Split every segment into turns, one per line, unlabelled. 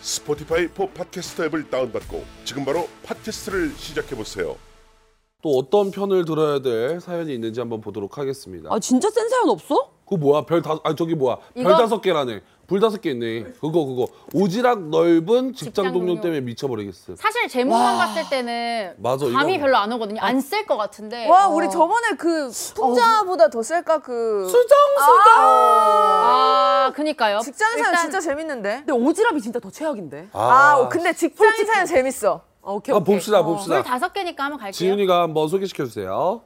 스포티파이 포 팟캐스터 앱을 다운받고 지금 바로 팟캐스트를 시작해보세요.
또 어떤 편을 들어야 될 사연이 있는지 한번 보도록 하겠습니다.
아 진짜 센 사연 없어?
그거 뭐야? 별 다섯, 아니 저기 뭐야?
이거-
별 다섯 개라네. 불 다섯 개 있네. 그거 그거. 오지랖 넓은 직장
직장
동료
동료.
때문에 미쳐버리겠어.
사실 제목만 봤을 때는
맞아,
감이
이거-
별로 안 오거든요. 안 쓸 것 같은데.
네. 와 우리 저번에 그 풍자보다 더 셀까 그 아.
수정 수정.
아, 그니까요.
직장 사연
일단
진짜 재밌는데.
근데 오지랖이 진짜 더 최악인데.
아, 근데 직장 사연 재밌어.
아, 오케이
아,
오케이.
봅시다 봅시다.
물 다섯 개니까 한번 갈게요.
지훈이가 한번 소개시켜 주세요.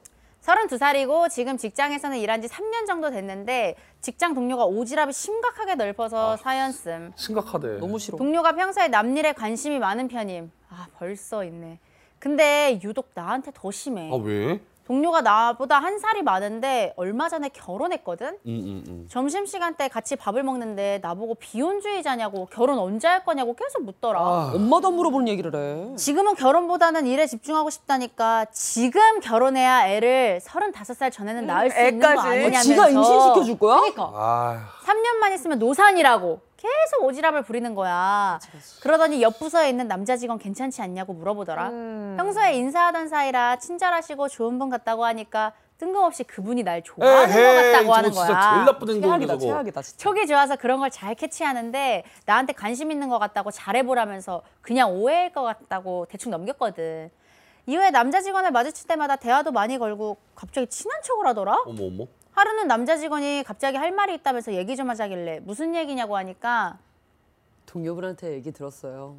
32살이고 지금 직장에서는 일한 지 3년 정도 됐는데 직장 동료가 오지랖이 심각하게
아,
넓어서 사연 씀.
심각하대.
너무 싫어.
동료가 평소에 남일에 관심이 많은 편임. 아, 벌써 있네. 근데 유독 나한테 더 심해.
아 왜?
동료가 나보다 한 살이 많은데 얼마 전에 결혼했거든?
응응응. 음,
점심시간 때 같이 밥을 먹는데 나보고 비혼주의자냐고 결혼 언제 할 거냐고 계속 묻더라.
엄마도 안 물어보는 얘기를 해. 아,
지금은 결혼보다는 일에 집중하고 싶다니까 지금 결혼해야 애를 35살 전에는 낳을 수 있는 거
애까지.
아니냐면서
지가 임신시켜 줄 거야?
그러니까
아
3년만 있으면 노산이라고 계속 오지랖을 부리는 거야. 그러더니 옆 부서에 있는 남자 직원 괜찮지 않냐고 물어보더라. 평소에 인사하던 사이라 친절하시고 좋은 분 같다고 하니까 뜬금없이 그분이 날 좋아하는 것
에헤이
같다고
저거
하는
진짜
거야.
제일 나쁜 행동이네
그러니까 최악이다
저거.
최악이다 진짜.
촉이 좋아서 그런 걸 잘 캐치하는데 나한테 관심 있는 것 같다고 잘해보라면서 그냥 오해일 것 같다고 대충 넘겼거든. 이후에 남자 직원을 마주칠 때마다 대화도 많이 걸고 갑자기 친한 척을 하더라?
어머 어머.
하루는 남자 직원이 갑자기 할 말이 있다면서 얘기 좀 하자길래 무슨 얘기냐고 하니까
동료분한테 얘기 들었어요.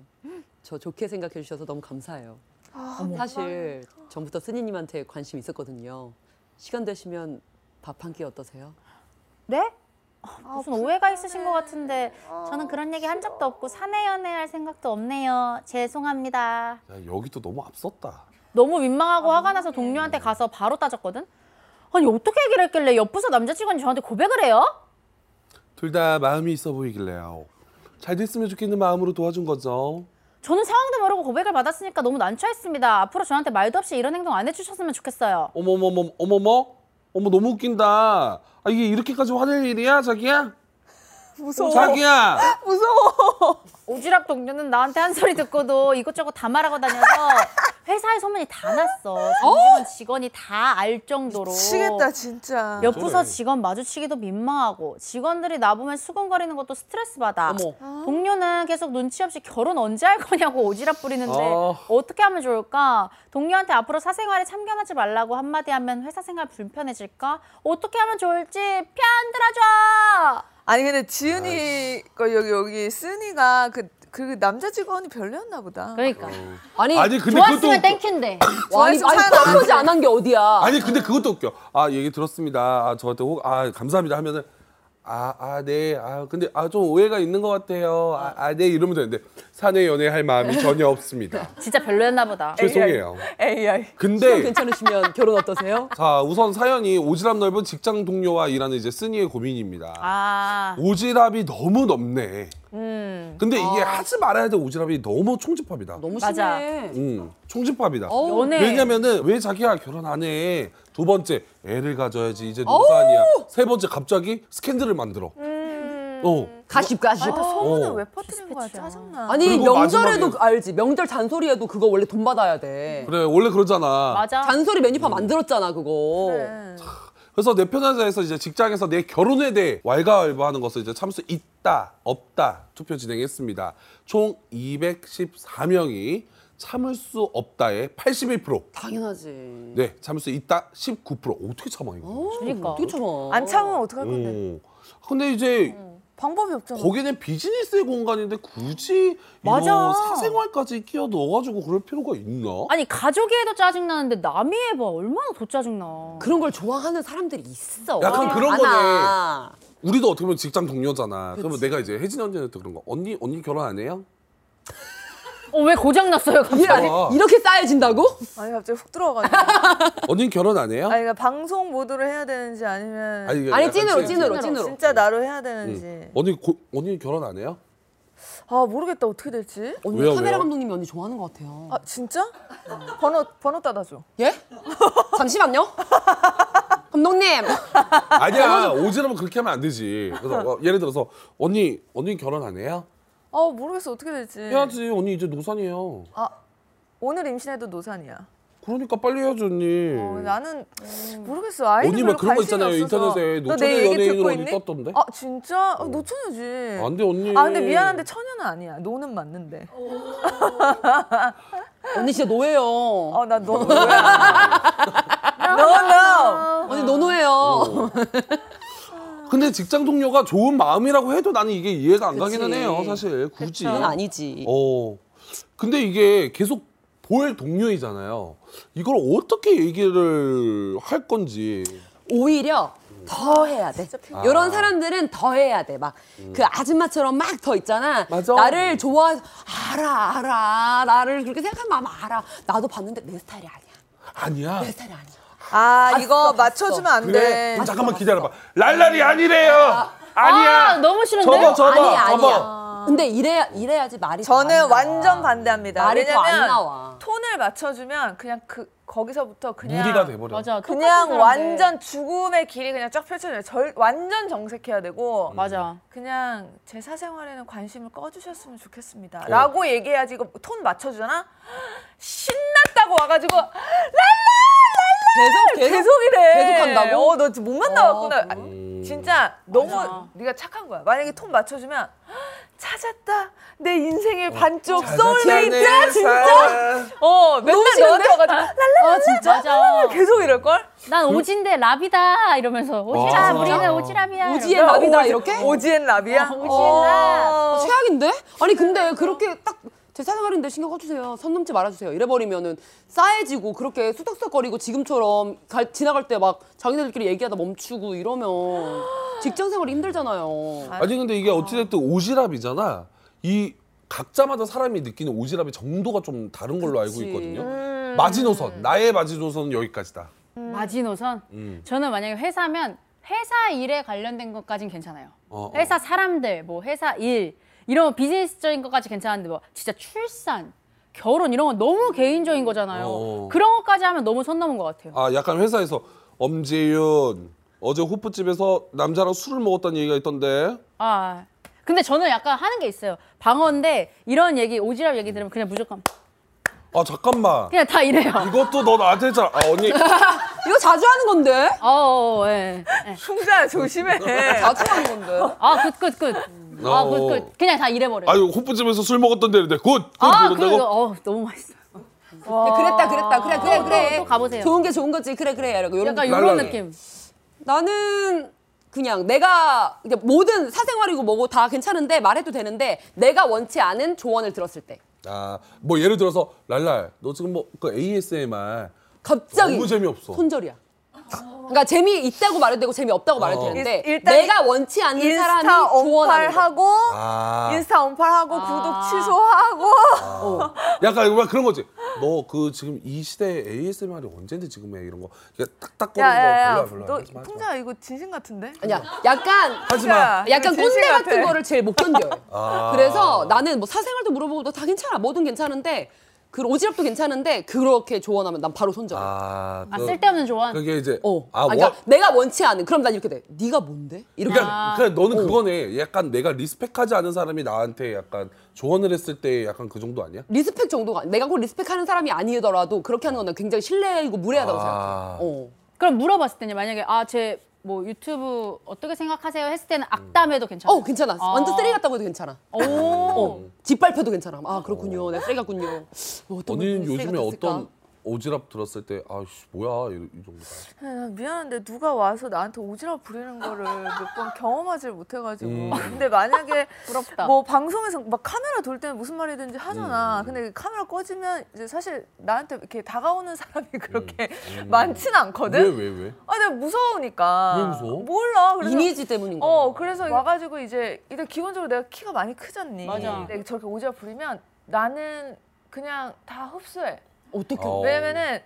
저 좋게 생각해 주셔서 너무 감사해요. 아, 사실 전부터 스니님한테 관심 있었거든요. 시간 되시면 밥 한 끼 어떠세요?
네? 아, 무슨 오해가 아, 있으신 것 같은데 저는 그런 얘기 한 적도 없고 사내 연애할 생각도 없네요. 죄송합니다.
야 여기 또 너무 앞섰다.
너무 민망하고
아,
화가
네.
나서 동료한테 가서 바로 따졌거든. 아니 어떻게 얘기를 했길래 옆부서 남자 직원이 저한테 고백을 해요?
둘 다 마음이 있어 보이길래요. 잘 됐으면 좋겠는 마음으로 도와준 거죠.
저는 상황도 모르고 고백을 받았으니까 너무 난처했습니다. 앞으로 저한테 말도 없이 이런 행동 안 해주셨으면 좋겠어요.
어머머머 어머머 어머 너무 웃긴다. 아 이게 이렇게까지 화낼 일이야 자기야? 무서워. 자기야.
오지랖 동료는 나한테 한 소리 듣고도 이것저것 다 말하고 다녀서 회사에 소문이 다 났어. 전직원 직원이 다 알 정도로.
미치겠다 진짜.
아,
옆 부서 직원 마주치기도 민망하고 직원들이 나 보면 수근거리는 것도 스트레스 받아.
어머.
동료는 계속 눈치 없이 결혼 언제 할 거냐고 오지랖 부리는데
아.
어떻게 하면 좋을까? 동료한테 앞으로 사생활에 참견하지 말라고 한마디 하면 회사 생활 불편해질까? 어떻게 하면 좋을지 편 들어줘.
아니 근데 지은이 거 여기 여기 쓰니가 그, 그 남자 직원이 별로였나 보다.
그러니까
아니,
아니 근데
네, 좋았으면
그것도
땡큐인데.
와, 아니, 아니
사연
프로포즈 안 한 게 어디야?
아니 근데 그것도 웃겨. 아 얘기 들었습니다. 아 저한테 혹 아 감사합니다 하면은 아아네아 근데 아 좀 오해가 있는 것 같아요. 아네 이러면 되는데 사내 연애할 마음이 전혀 없습니다.
진짜 별로였나 보다.
죄송해요.
AI.
근데
괜찮으시면 결혼 어떠세요?
자 우선 사연이 오지랖 넓은 직장 동료와 일하는 이제 쓰니의 고민입니다.
아 음.
오지랖이 너무 넓네. 근데 이게 하지 말아야 될 오지랖이 너무 총집합이다.
너무
맞아.
심해.
응, 총집합이다.
어, 연애.
왜냐면은 왜 자기야 결혼 안 해? 두 번째 애를 가져야지 이제 노산이야. 세 번째 갑자기 스캔들을 만들어.
음.
어.
가십 가십.
소문을
왜 퍼뜨린 거야? 짜증나.
아니
그리고
명절에도
마지막에-
알지. 명절 잔소리에도 그거 원래 돈 받아야 돼.
그래 원래 그러잖아.
맞아.
잔소리 메뉴판 만들었잖아 그거.
그래서 내 편하자에서 이제 직장에서 내 결혼에 대해 왈가왈부하는 것을 이제 참수 있다 없다 투표 진행했습니다. 총 214명이 참을 수 없다의 81%.
당연하지.
네, 참을 수 있다 19%. 어떻게 참아 이거?
그러니까.
어떻게 참아?
안 참으면 어떡할 건데.
어. 근데 이제
음.
방법이 없잖아.
거기는 비즈니스의 공간인데 굳이
맞아.
이런 사생활까지 끼어 넣어가지고 그럴 필요가 있나?
아니 가족이해도 짜증 나는데 남이 해봐 얼마나 더 짜증 나.
그런 걸 좋아하는 사람들이 있어.
약간 그런 거네.
많아.
우리도 어떻게 보면 직장 동료잖아. 그러면 내가 이제 혜진 언니한테 그런 거. 언니 언니 결혼 안 해요?
어, 왜 고장났어요, 갑자기?
아.
와.
이렇게 쌓여진다고?
아니 갑자기 훅 들어가네.
언니는 결혼 안 해요?
아니 그러니까 방송 모드로 해야 되는지 아니면
이게
아니
약간
찐으로 찐으로
찐.
찐으로.
진짜 나로 해야 되는지.
언니 고, 언니 결혼 안 해요?
아 모르겠다 어떻게 될지.
언니
왜요,
카메라
왜요?
감독님이 언니 좋아하는 것 같아요.
아 진짜? 번호 번호 따다 줘.
예? 잠시만요. 감독님.
아니야 오지랖은 그렇게 하면 안 되지. 그래서 어, 예를 들어서 언니 언니 결혼 안 해요?
아 모르겠어 어떻게 될지.
해야지 언니 이제 노산이에요.
아. 오늘 임신해도 노산이야.
그러니까 빨리 해야지 언니.
어, 나는
음.
모르겠어 아이는
언니 막
별로
그런 거
관심이
있잖아요
없어서.
인터넷에
너
노천의
내 얘기
연예인으로
듣고
언니
있니?
떴던데.
아 진짜?
어.
아, 노처녀지.
안 돼 언니.
아 근데 미안한데 처녀는 아니야. 노는 맞는데.
언니 진짜 노예요.
아 나 너 뭐야? no no.
언니 노노예요.
근데 직장 동료가 좋은 마음이라고 해도 나는 이게 이해가 안
그치.
가기는 해요 사실 굳이.
그건 아니지.
어. 근데 이게 계속 볼 동료이잖아요. 이걸 어떻게 얘기를 할 건지.
오히려 더 해야 돼.
아.
이런 사람들은 더 해야 돼. 막 그
음.
아줌마처럼 막 더 있잖아.
맞아.
나를 좋아해서 알아 알아. 나를 그렇게 생각하면 아마 알아. 나도 봤는데 내 스타일이 아니야.
아니야. 네,
내 스타일이 아니야.
아 이거 맞춰주면 안
그래.
돼.
그럼 잠깐만 기다려봐. 랄랄이 아니래요. 아니야.
아, 너무 싫은데요?
접어, 접어,
아니 야
접어.
아니야. 근데 이래야 이래야지 말이 더
저는
안 나와.
완전 반대합니다.
말이 더안
왜냐면
나와.
톤을 맞춰주면 그냥 그 거기서부터 그냥
무리가 돼버려.
맞아. 똑같은
그냥
사람들.
완전 죽음의 길이 그냥 쫙 펼쳐져요. 절 완전 정색해야 되고
음.
맞아.
그냥 제 사생활에는 관심을 꺼주셨으면
어.
좋겠습니다. 라고 얘기해야지 이거 톤 맞춰주잖아? 신났다고 와가지고
계속 계속
계속이래.
계속한다고? 어.
어, 너 지금 못 만나왔구나. 아,
음.
진짜 너무 네가 착한 거야. 만약에 톤 맞춰주면 찾았다. 내
어.
인생의 반쪽
아,
소울메이트 진짜. 어, 맨날 너한테 와가지고
아, 진짜? 맞아.
계속 이럴 걸?
난 오지인데 랍이다 이러면서 오지라
아,
우리는
진짜?
오지랍이야.
오지의 나비다 이렇게?
아, 오지엔 랍이야.
어, 오지엔라.
어.
최악인데? 아니 근데 그렇게 딱 제 사생활인데 신경 꺼주세요. 선 넘지 말아주세요. 이래버리면은 싸해지고 그렇게 수덕수덕거리고 지금처럼 갈- 지나갈 때 막 자기네들끼리 얘기하다 멈추고 이러면 직장 생활이 힘들잖아요.
아니 근데 이게 어찌됐든 오지랖이잖아. 이 각자마다 사람이 느끼는 오지랖의 정도가 좀 다른 걸로
그치.
알고 있거든요. 마지노선 나의 마지노선은 여기까지다.
마지노선?
음.
저는 만약에 회사면 회사 일에 관련된 것까진 괜찮아요.
어, 어.
회사 사람들, 뭐 회사 일 이런 비즈니스적인 것까지 괜찮은데 뭐 진짜 출산, 결혼 이런 건 너무 개인적인 거잖아요.
어.
그런 것까지 하면 너무 선 넘은 것 같아요.
아 약간 회사에서 엄지윤 어제 호프집에서 남자랑 술을 먹었다는 얘기가 있던데.
아 근데 저는 약간 하는 게 있어요. 방어인데 이런 얘기 오지랖 얘기 들으면 그냥 무조건
아 잠깐만.
그냥 다 이래요.
이것도 너 나한테 했잖아. 아 언니.
이거 자주 하는 건데?
어, 어, 어, 예. 예.
충자 조심해.
자주 하는 건데?
아, 굿, 굿, 굿. 아, 굿, 굿. 그냥 다 이래버려요.
어. 아유 호프집에서 술 먹었던데 이런데 굿. 굿
아,
이런다고.
그래도, 어, 너무 맛있어.
그랬다 그랬다 그래 그래 그래.
또 가보세요.
좋은 게 좋은 거지 그래 그래 이러고 이런
약간
거.
이런
랄랄이.
느낌.
나는 그냥 내가 이제 모든 사생활이고 뭐고 다 괜찮은데 말해도 되는데 내가 원치 않은 조언을 들었을 때
아뭐 예를 들어서 랄랄 너 지금 뭐 그 ASMR
갑자기
너무 재미없어.
손절이야. 그러니까 재미 있다고 말해도 되고 재미 없다고 말해도
어.
되는데
일- 일단
내가 원치 않는 사람이
인스타
조언하는 거.
언팔하고
아.
인스타 언팔하고 구독 취소하고
약간 막 그런 거지. 너 그 지금 이 시대에 ASMR이 언젠데 지금 해 이런 거. 이게 딱딱거리는 거
야야야
별로야 별로야.
너
하지 마, 하지 마.
통장 이거 진심 같은데?
아니야, 약간
마.
약간
진심
꼰대
그러니까 같아.
같은 거를 제일 못 견뎌요.
아.
그래서 나는 뭐 사생활도 물어보고 다 괜찮아, 뭐든 괜찮은데 그 오지랖도 괜찮은데 그렇게 조언하면 난 바로 손절. 해
아,
아,
너-
쓸데없는 조언.
그게 이제
어,
아,
아, 그러니까
원-
내가 원치 않은. 그럼 난 이렇게 돼. 네가 뭔데? 이렇게.
그러니까, 그러니까 너는 그거네. 약간 내가 리스펙하지 않은 사람이 나한테 약간 조언을 했을 때 약간 그 정도 아니야?
리스펙 정도가 아니- 내가 꼭 리스펙하는 사람이 아니더라도 그렇게 하는 건 난 굉장히 신뢰이고 무례하다고
아.
생각해. 어.
그럼 물어봤을 때는 만약에 아 제 뭐 유튜브 어떻게 생각하세요 했을 때는
음.
악담해도 괜찮아.
어,
그,
괜찮아. 완전 쓰레기 같다고 해도 괜찮아.
오.
어, 짓밟혀도 괜찮아. 아 그렇군요.
네,
내가 쓰레기 같군요. 어,
뭐
어떤
언니는
쓰레기
요즘에
같았을까?
어떤 오지랖 들었을 때 아씨 뭐야 이, 이 정도다.
아, 나 미안한데 누가 와서 나한테 오지랖 부리는 거를 몇 번 경험하질 못해가지고 근데 만약에
부럽다.
뭐 방송에서 막 카메라 돌 때는 무슨 말이든지 하잖아 근데 그 카메라 꺼지면 이제 사실 나한테 이렇게 다가오는 사람이 그렇게 많지는 않거든?
왜 왜 왜?
아 내가 무서우니까
왜 무서워?
몰라 그래서
이미지 때문인 거.
어 그래서 와가지고 이제 일단 기본적으로 내가 키가 많이 크잖니
맞아.
근데 저렇게 오지랖 부리면 나는 그냥 다 흡수해.
어떻게?
어.
왜냐면은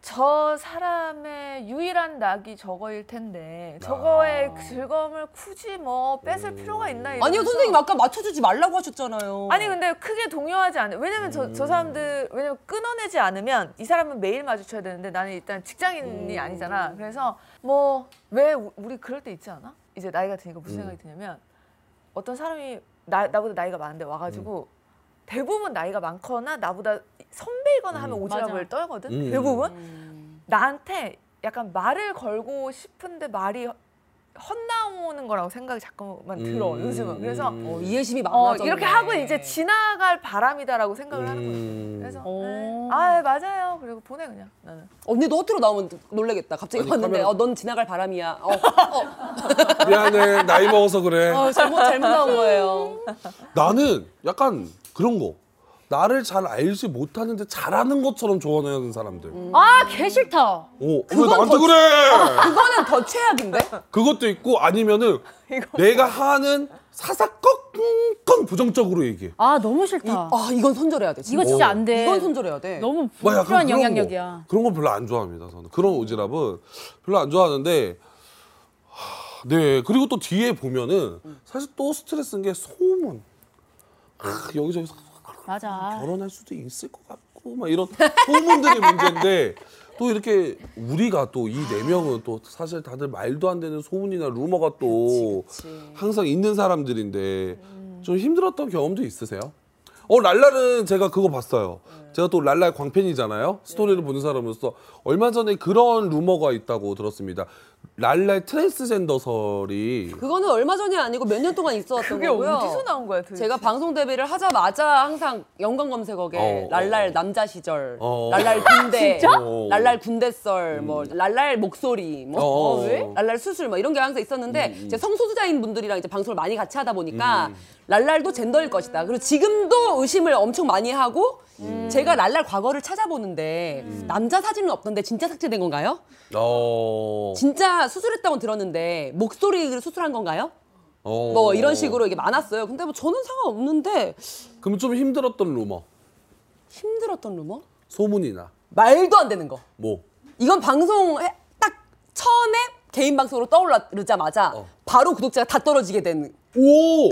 저 사람의 유일한 낙이 저거일 텐데 저거의
아.
즐거움을 굳이 뭐 뺏을 필요가 있나 이러면서.
아니요 선생님 아까 맞춰주지 말라고
어.
하셨잖아요.
아니 근데 크게 동요하지 않아요. 왜냐면 저,
음.
저 사람들 왜냐면 끊어내지 않으면 이 사람은 매일 마주쳐야 되는데 나는 일단 직장인이
음.
아니잖아. 그래서 뭐 왜 우리 그럴 때 있지 않아? 이제 나이가 드니까
음.
무슨 생각이 드냐면 어떤 사람이 나, 나보다 나이가 많은데 와가지고
음.
대부분 나이가 많거나 나보다 선배이거나 하면 오지랖을 떨거든.
음.
대부분 나한테 약간 말을 걸고 싶은데 말이 헛나오는 거라고 생각이 자꾸만 들어
음.
요즘은. 그래서
어, 이해심이
어,
많아졌네.
이렇게 하고 이제 지나갈 바람이다라고 생각을 하는 거예요.
음.
그래서
오.
네. 아 맞아요. 그리고 보내 그냥 나는.
언니 어, 너 허투루 나오면 놀라겠다. 갑자기
아니,
왔는데
카메라-
어, 넌 지나갈 바람이야. 어,
미안해 나이 먹어서 그래.
어, 잘못 잘못 나온 거예요.
나는 약간 그런 거. 나를 잘 알지 못하는데 잘하는 것처럼 조언하는 사람들.
아, 개 싫다.
오, 어, 왜 나한테 그래?
그거는 더 최악인데.
그것도 있고 아니면은 내가 하는 사사건건 부정적으로 얘기해.
아, 너무 싫다.
아 이건 손절해야 돼.
이거
진짜.
진짜 안 돼.
이건 손절해야 돼.
너무
뭐
불필요한
약간 뭐. 그런 거.
영향력이야.
그런 건 별로 안 좋아합니다. 저는 그런 오지랖은 별로 안 좋아하는데 하, 네 그리고 또 뒤에 보면은
음.
사실 또 스트레스인 게 소문. 아, 여기저기서
맞아.
결혼할 수도 있을 것 같고 막 이런 소문들이 문제인데 또 이렇게 우리가 또 이 네 명은 또 사실 다들 말도 안 되는 소문이나 루머가 또 항상 있는 사람들인데
음.
좀 힘들었던 경험도 있으세요? 어 랄랄은 제가 그거 봤어요.
네.
제가 또 랄랄 광팬이잖아요. 스토리를 보는 사람으로서 얼마 전에 그런 루머가 있다고 들었습니다. 랄랄 트랜스젠더설이
그거는 얼마 전이 아니고 몇 년 동안 있어왔던
그게
거고요.
어디서 나온 거야 도대체?
제가 방송 데뷔를 하자마자 항상 연관 검색어에
어,
랄랄
어.
남자 시절,
어.
랄랄 군대,
진짜?
랄랄 군대썰, 뭐 랄랄 목소리, 뭐
음. 어, 어, 음, 왜?
랄랄 수술 뭐 이런 게 항상 있었는데 이제 성소수자인 분들이랑 이제 방송을 많이 같이 하다 보니까
음,
랄랄도 젠더일 것이다. 그리고 지금도 의심을 엄청 많이 하고
음.
제가 랄랄 과거를 찾아보는데 남자 사진은 없던데 진짜 삭제된 건가요?
어,
진짜 수술했다고 들었는데 목소리를 수술한 건가요?
어.
뭐 이런 식으로 이게 많았어요. 근데 뭐 저는 상관없는데
그럼 좀 힘들었던 루머
힘들었던 루머?
소문이나
말도 안 되는 거.
뭐
이건 방송 해- 딱 처음에 개인 방송으로 떠오르자마자
어.
바로 구독자가 다 떨어지게
오!
된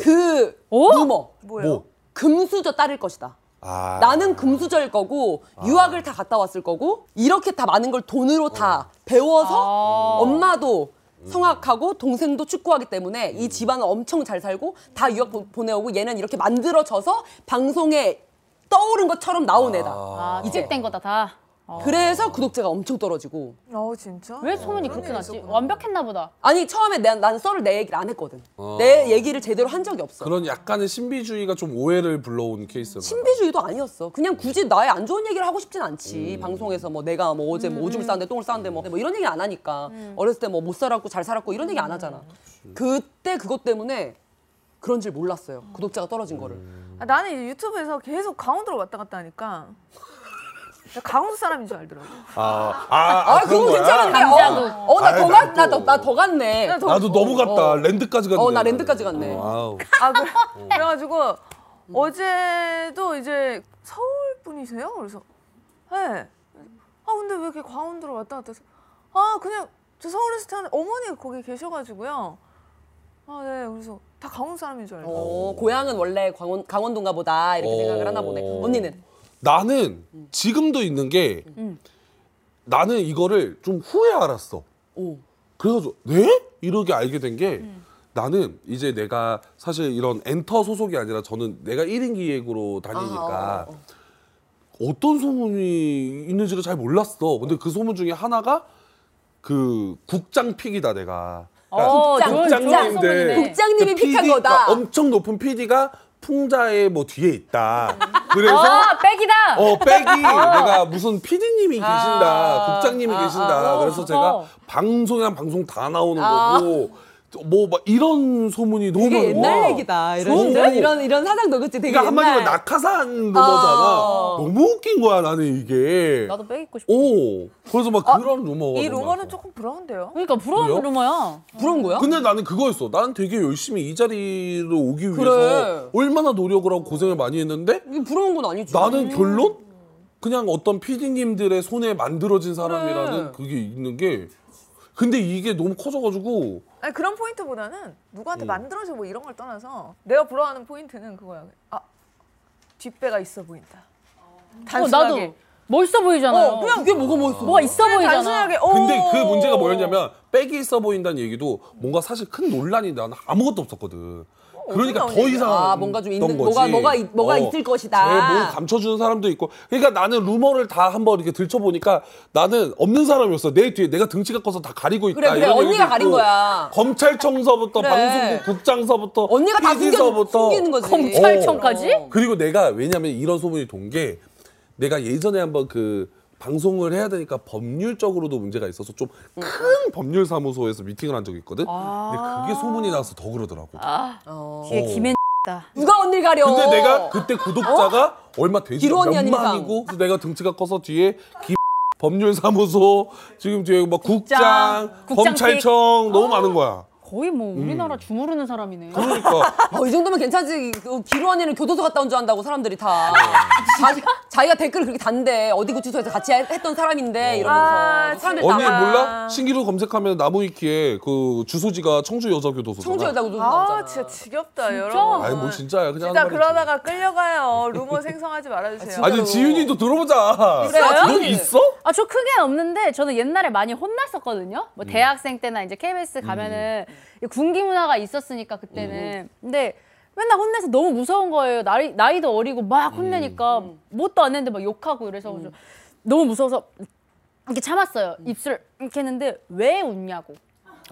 그
어?
루머.
뭐?
금수저 따를 것이다.
아.
나는 금수저일 거고 유학을 다 갔다 왔을 거고 이렇게 다 많은 걸 돈으로
어.
다 배워서 엄마도
음.
성악하고 동생도 축구하기 때문에 이 집안은 엄청 잘 살고 다 유학 보- 보내오고 얘는 이렇게 만들어져서 방송에 떠오른 것처럼 나온 애다.
아,
이제.
이책된 거다 다.
어.
그래서 구독자가 엄청 떨어지고
어 진짜?
왜 소문이 그렇게 났지? 완벽했나 보다.
아니 처음에 난, 나는 썰을 내 얘기를 안 했거든. 내 얘기를 제대로 한 적이 없어.
어. 그런 약간의 신비주의가 좀 오해를 불러온 케이스가
신비주의도 아니었어. 그냥 굳이 나의 안 좋은 얘기를 하고 싶진 않지.
음.
방송에서 뭐 내가 뭐 어제 뭐 오줌 싸는데 똥을 싸는데 뭐, 뭐 이런 얘기 안 하니까. 어렸을 때 뭐 못 살았고 잘 살았고 이런 얘기 안 하잖아. 그때 그것 때문에 그런 줄 몰랐어요. 구독자가 떨어진
음.
거를.
아, 나는 이제 유튜브에서 계속 강원도로 왔다 갔다 하니까 나 강원도 사람인 줄 알더라고.
아, 아, 아,
아, 그건 괜찮은데. 어, 어, 나
아이,
더
난
갔, 나,
또. 어.
더- 나더 갔네.
나 더-
나도 너무 갔다. 랜드까지 갔네.
어, 나 랜드까지 갔네.
어, 아우.
아 그래. 그래가지고 어제도 이제 서울 분이세요? 그래서 네. 아 근데 왜 이렇게 강원도로 왔다 갔다 해서 아 그냥 저 서울에서 태어난 어머니가 거기 계셔가지고요. 아 네. 그래서 다 강원도 사람인 줄 알고.
어, 고향은 원래 강원, 강원도인가 보다. 이렇게
어.
생각을 하나 보네. 언니는?
나는 지금도 있는 게 나는 이거를 좀 후에 알았어.
오.
그래가지고 네? 이렇게 알게 된 게 나는 이제 내가 사실 이런 엔터 소속이 아니라 저는 내가 1인 기획으로 다니니까 어떤 소문이 있는지를 잘 몰랐어. 근데 그 소문 중에 하나가 그 국장 픽이다 내가. 그러니까
어, 좋은- 좋은
국장님인데
소문이네.
국장님이
그 PD
픽한 거다.
엄청 높은 PD가 풍자의 뭐 뒤에 있다. 그래서
아, 백이다.
어, 백이 내가 무슨 피디님이
아.
계신다, 국장님이 계신다. 그래서 제가
무서워.
방송이랑 방송 다 나오는 거고 뭐 막 이런 소문이 너무
아.
많아.
되게 옛날
와.
얘기다.
너무
이런 이런 이런, 이런 사상도 그치 되게
그러니까 한마디로
옛날. 어.
낙하산 루머잖아. 너무 웃긴 거야 나는 이게.
나도 빼고 싶어.
오. 그래서 막
아,
그런 루머가.
이
막
루머는
나왔어.
조금 부러운데요.
그러니까 부러운
그래요?
루머야.
부러운 거야?
근데 나는 그거였어. 나는 되게 열심히 이 자리로 오기 위해서
그래.
얼마나 노력을 하고 고생을 많이 했는데
이게 부러운 건 아니지.
나는 결론 그냥 어떤 피디님들의 손에 만들어진 사람이라는 그게 있는 게 근데 이게 너무 커져가지고
아니 그런 포인트보다는
음.
누구한테 만들어져 뭐 이런 걸 떠나서 내가 부러워하는 포인트는 그거야. 아 뒷배가 있어 보인다.
어,
단순하게.
나도 멋있어 보이잖아요.
어, 그냥
그게 뭐가 멋있어?
뭐가 있어
그냥
보이잖아.
단순하게. 어.
근데 그 문제가 뭐였냐면 백이 있어 보인다는 얘기도 뭔가 사실 큰 논란이 나는 아무것도 없었거든. 그러니까
어디가
더
어디가.
이상
아, 뭔가 좀 있는- 뭐가- 뭐가 있- 뭐가 있을 것이다.
뭘 감춰주는 사람도 있고. 그러니까 나는 루머를 다 한번 이렇게 들춰보니까 나는 없는 사람이었어. 내 뒤에 내가 등치가 커서 다 가리고 있다.
그래, 그래.
이런
언니가
얘기도
가린
있고,
거야.
검찰청서부터
그래.
방송국 국장서부터
언니가 다
PD 서부터
숨겨, 숨기는 거지. 어.
검찰청까지?
그리고 내가 왜냐면 이런 소문이 돈 게 내가 예전에 한번 그 방송을 해야 되니까 법률적으로도 문제가 있어서 좀 큰 법률 사무소에서 미팅을 한 적이 있거든. 근데 그게 소문이 나서 더 그러더라고.
뒤에
어.
김앤
누가 언니를 가려?
근데 내가 그때 구독자가 얼마 되지
어? 기로 언니 아닌 이상.
몇만이고 그래서 내가 등치가 커서 뒤에 기 법률 사무소 지금 뒤에 막 국장,
국장
검찰청 너무 많은 거야.
거의 뭐
음.
우리나라 주무르는 사람이네.
그러니까
어, 이 정도면 괜찮지. 그 기로 언니는 교도소 갔다 온 줄 안다고 사람들이 다. 자, 자기가 댓글을 그렇게 단대. 어디 구치소에서 같이 했던
어,
사람인데 이러면서.
아,
사람들
언니
다
몰라? 신기루 검색하면 나무위키에 그 주소지가 청주 여자 교도소.
청주 여자 구조소
아
나오잖아.
진짜 지겹다 여러분.
아니 뭐 진짜야
진짜
그냥 하는 말이지.
그러다가 끌려가요. 루머 생성하지 말아주세요.
아니 지윤이도 들어보자.
그래요?
너 있어?
아, 저 크게 없는데 저는 옛날에 많이 혼났었거든요.
음.
뭐 대학생 때나 이제 KBS 가면은 이 군기 문화가 있었으니까 그때는.
음.
근데 맨날 혼내서 너무 무서운 거예요. 나이, 나이도 어리고 막
음.
혼내니까 뭣도 안 했는데 막 욕하고 이래서 좀 너무 무서워서 이렇게 참았어요.
음.
입술 이렇게 했는데 왜 웃냐고.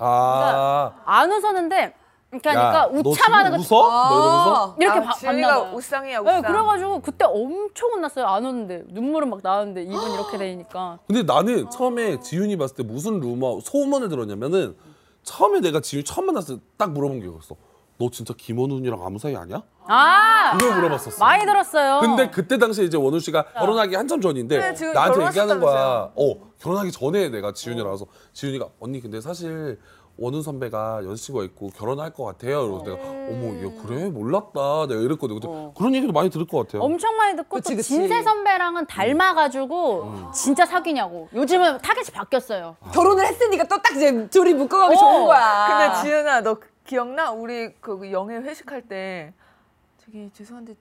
아.
안 웃었는데 이렇게 하니까
그러니까 야, 너
그러니까 우참하는
지금
거
웃어? 뭐 이러면서.
이렇게
아,
봐- 봤나
지윤이가
봐요.
우상이야
네,
우상.
그래가지고 그때 엄청 혼났어요. 안 웃는데 눈물은 막 나는데 입은 이렇게 되니까.
근데 나는 처음에 지윤이 봤을 때 무슨 루머 소문을 들었냐면은 처음에 내가 지윤이 처음 만났을 때 딱 물어본 게 그랬어. 너 진짜 김원훈이랑 아무 사이 아니야?
아
이걸 물어봤었어.
많이 들었어요.
근데 그때 당시에 이제 원우 씨가 결혼하기 한참 전인데
어. 네, 지금
나한테 얘기하는 거야.
결혼하셨다면서요.
어, 결혼하기 전에 내가 지윤이랑 와서 지윤이가 언니 근데 사실 원우 선배가 여자친구가 있고 결혼할 것 같아요. 이러고 내가
음.
어머 야 그래 몰랐다 내가 이랬거든. 근데
어.
그런 얘기도 많이 들을 것 같아요.
엄청 많이 듣고
그치,
또
그치.
진세 선배랑은 닮아가지고
음.
진짜 사귀냐고. 요즘은 타겟이 바뀌었어요.
결혼을 했으니까 또 딱 이제 둘이 묶어가기 좋은 거야.
근데 지은아 너 기억나? 우리 그 영애 회식할 때 저기 죄송한데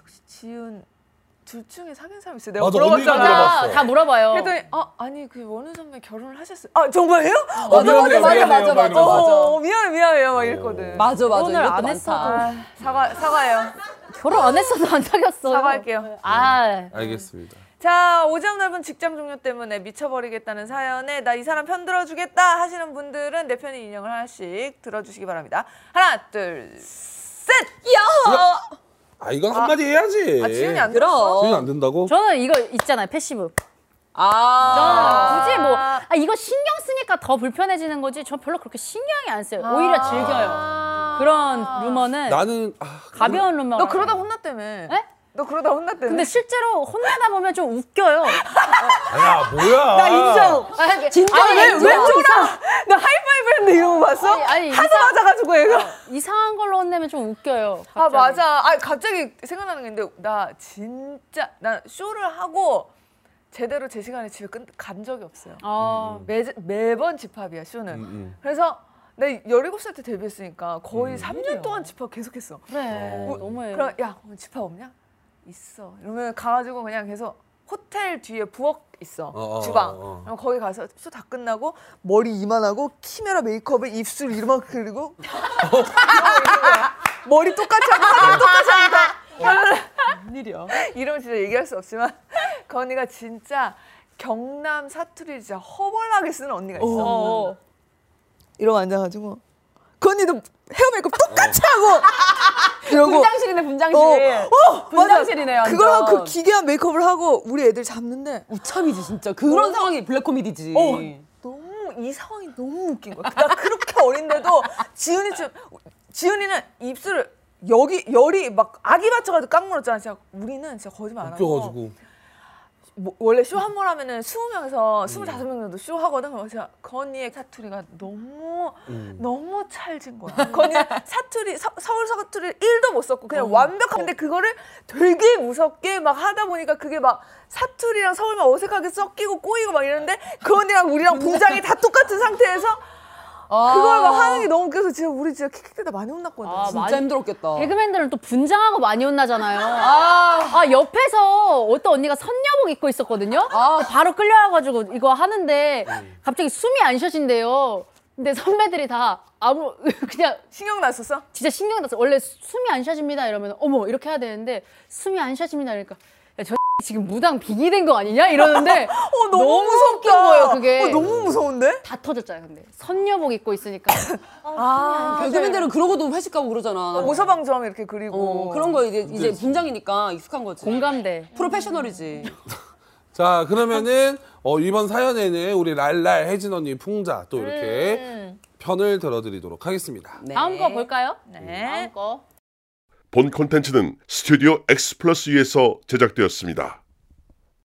혹시 지은 둘 중에 사귄 사람 있어요? 내가
맞아,
물어봤잖아.
언니가 물어봤어.
다 물어봐요.
그랬더니 아 아니 그 원우 선배 결혼을 하셨어요? 아 정말요?
어, 미안해요, 미안해요,
맞아,
어.
맞아,
막
맞아,
이러면서.
어 미안해 미안해요 막 이랬거든.
맞아, 맞아.
결혼을 안
이것도 많다.
했어도
아, 사과 사과해요.
결혼 안 했어도 안 사귀었어요.
사과할게요.
아
알겠습니다.
자, 오점 넓은 직장 종료 때문에 미쳐버리겠다는 사연에 나 이 사람 편 들어주겠다 하시는 분들은 내 편의 인형을 하나씩 들어주시기 바랍니다. 하나, 둘, 셋!
아 이건 한마디 해야지.
아, 지훈이 안 들었어?
지윤이
그럼.
안 된다고?
저는 이거 있잖아요. 패시브.
아.
굳이 뭐 아, 이거 신경 쓰니까 더 불편해지는 거지. 전 별로 그렇게 신경이 안 써요. 오히려 즐겨요. 그런 루머는
나는 아,
가벼운 루머.
너 그러다 혼났다며.
에?
너 그러다 혼났다며.
근데 실제로 혼나다 보면 좀 웃겨요.
야
아!
뭐야? 나 인정.
진짜
아니,
왜,
왜-
왜
쫄아? 나 하이파이브 했는데 이런 거 봤어?
아니, 아니,
하도
이상-
맞아가지고 얘가.
이상한 걸로 혼내면 좀 웃겨요.
아,
갑자기.
맞아. 아, 갑자기 생각나는 게 있는데 나 진짜, 나 쇼를 하고 제대로 제 시간에 집에 끈, 간 적이 없어요.
어,
매, 매번 집합이야 쇼는. 그래서 나 17살 때 데뷔했으니까 거의 삼 3년 동안 집합 계속했어.
그래.
어,
너무해.
그럼 야 오늘 집합 없냐? 있어. 이러면 가가지고 그냥 계속 호텔 뒤에 부엌 있어
어, 어,
주방.
어, 어.
그럼 거기 가서 쇼 다 끝나고 머리 이만하고 키메라 메이크업을 입술 이만큼 그리고 머리 똑같이 하고 화장 똑같이 하니까
어.
일이야? 이러면 진짜 얘기할 수 없지만 그 언니가 진짜 경남 사투리를 진짜 허벌나게 쓰는 언니가 있어.
어.
이러고 앉아가지고 그 언니도 헤어 메이크업 똑같이 하고 이러고
분장실이네, 분장실.
어,
분장실이네요,
맞아.
완전.
그걸 하고 그 기괴한 메이크업을 하고 우리 애들 잡는데 어,
어.
어,
우참이지, 진짜. 그런 상황이 블랙 코미디지.
너무 이 상황이 너무 웃긴 거야. 나 그렇게 나이도 어린데도 지훈이 좀 지훈이는 입술을 여기 열이 막 아기 받쳐가지고 꽉 물었잖아. 진짜 우리는 진짜 거짓말 안 하고
웃겨가지고.
뭐, 원래 쇼 한 번 하면은 20명에서
음.
25명 정도 쇼 하거든. 그래서 제가 건이의 사투리가 너무
음.
너무 찰진 거야. 건이 사투리 서, 울 사투리를 1도 못 썼고
어.
그냥 완벽한데 그거를 되게 무섭게 막 하다 보니까 그게 막 사투리랑 서울만 어색하게 섞이고 꼬이고 막 이러는데 그 언니랑 우리랑 분장이 다 똑같은 상태에서 그걸 막 하는 게 너무 웃겨서 진짜 우리 진짜 킥킥대다 많이 혼났거든.
아,
진짜.
진짜
많이-
힘들었겠다.
개그맨들은 또 분장하고 많이 혼나잖아요. 아, 옆에서 어떤 언니가 선녀복 입고 있었거든요. 아, 바로 끌려와가지고 이거 하는데 갑자기 숨이 안 쉬어진대요. 근데 선배들이 다 아무 그냥
신경 났었어?
진짜 신경 났어. 원래 수- 숨이 안 쉬어집니다 이러면 어머 이렇게 해야 되는데 숨이 안 쉬어집니다 그러니까 야, 저 지금 무당 비기된 거 아니냐 이러는데
어 너무,
너무
무섭다.
웃긴 거예요, 그게.
어, 너무 무서운데?
다 터졌잖아요 근데 선녀복 입고 있으니까
개그맨들은 그러고도 회식 가고 그러잖아.
어.
오서방점 이렇게 그리고
어, 그런 거 이제 이제 분장이니까 익숙한 거지.
네.
공감대.
프로페셔널이지.
자 그러면은 어, 이번 사연에는 우리 랄랄 혜진 언니 풍자 또 이렇게
음.
편을 들어드리도록 하겠습니다.
네.
다음 거 볼까요?
네.
다음 거.
본 콘텐츠는 스튜디오 X 플러스 위에서 제작되었습니다.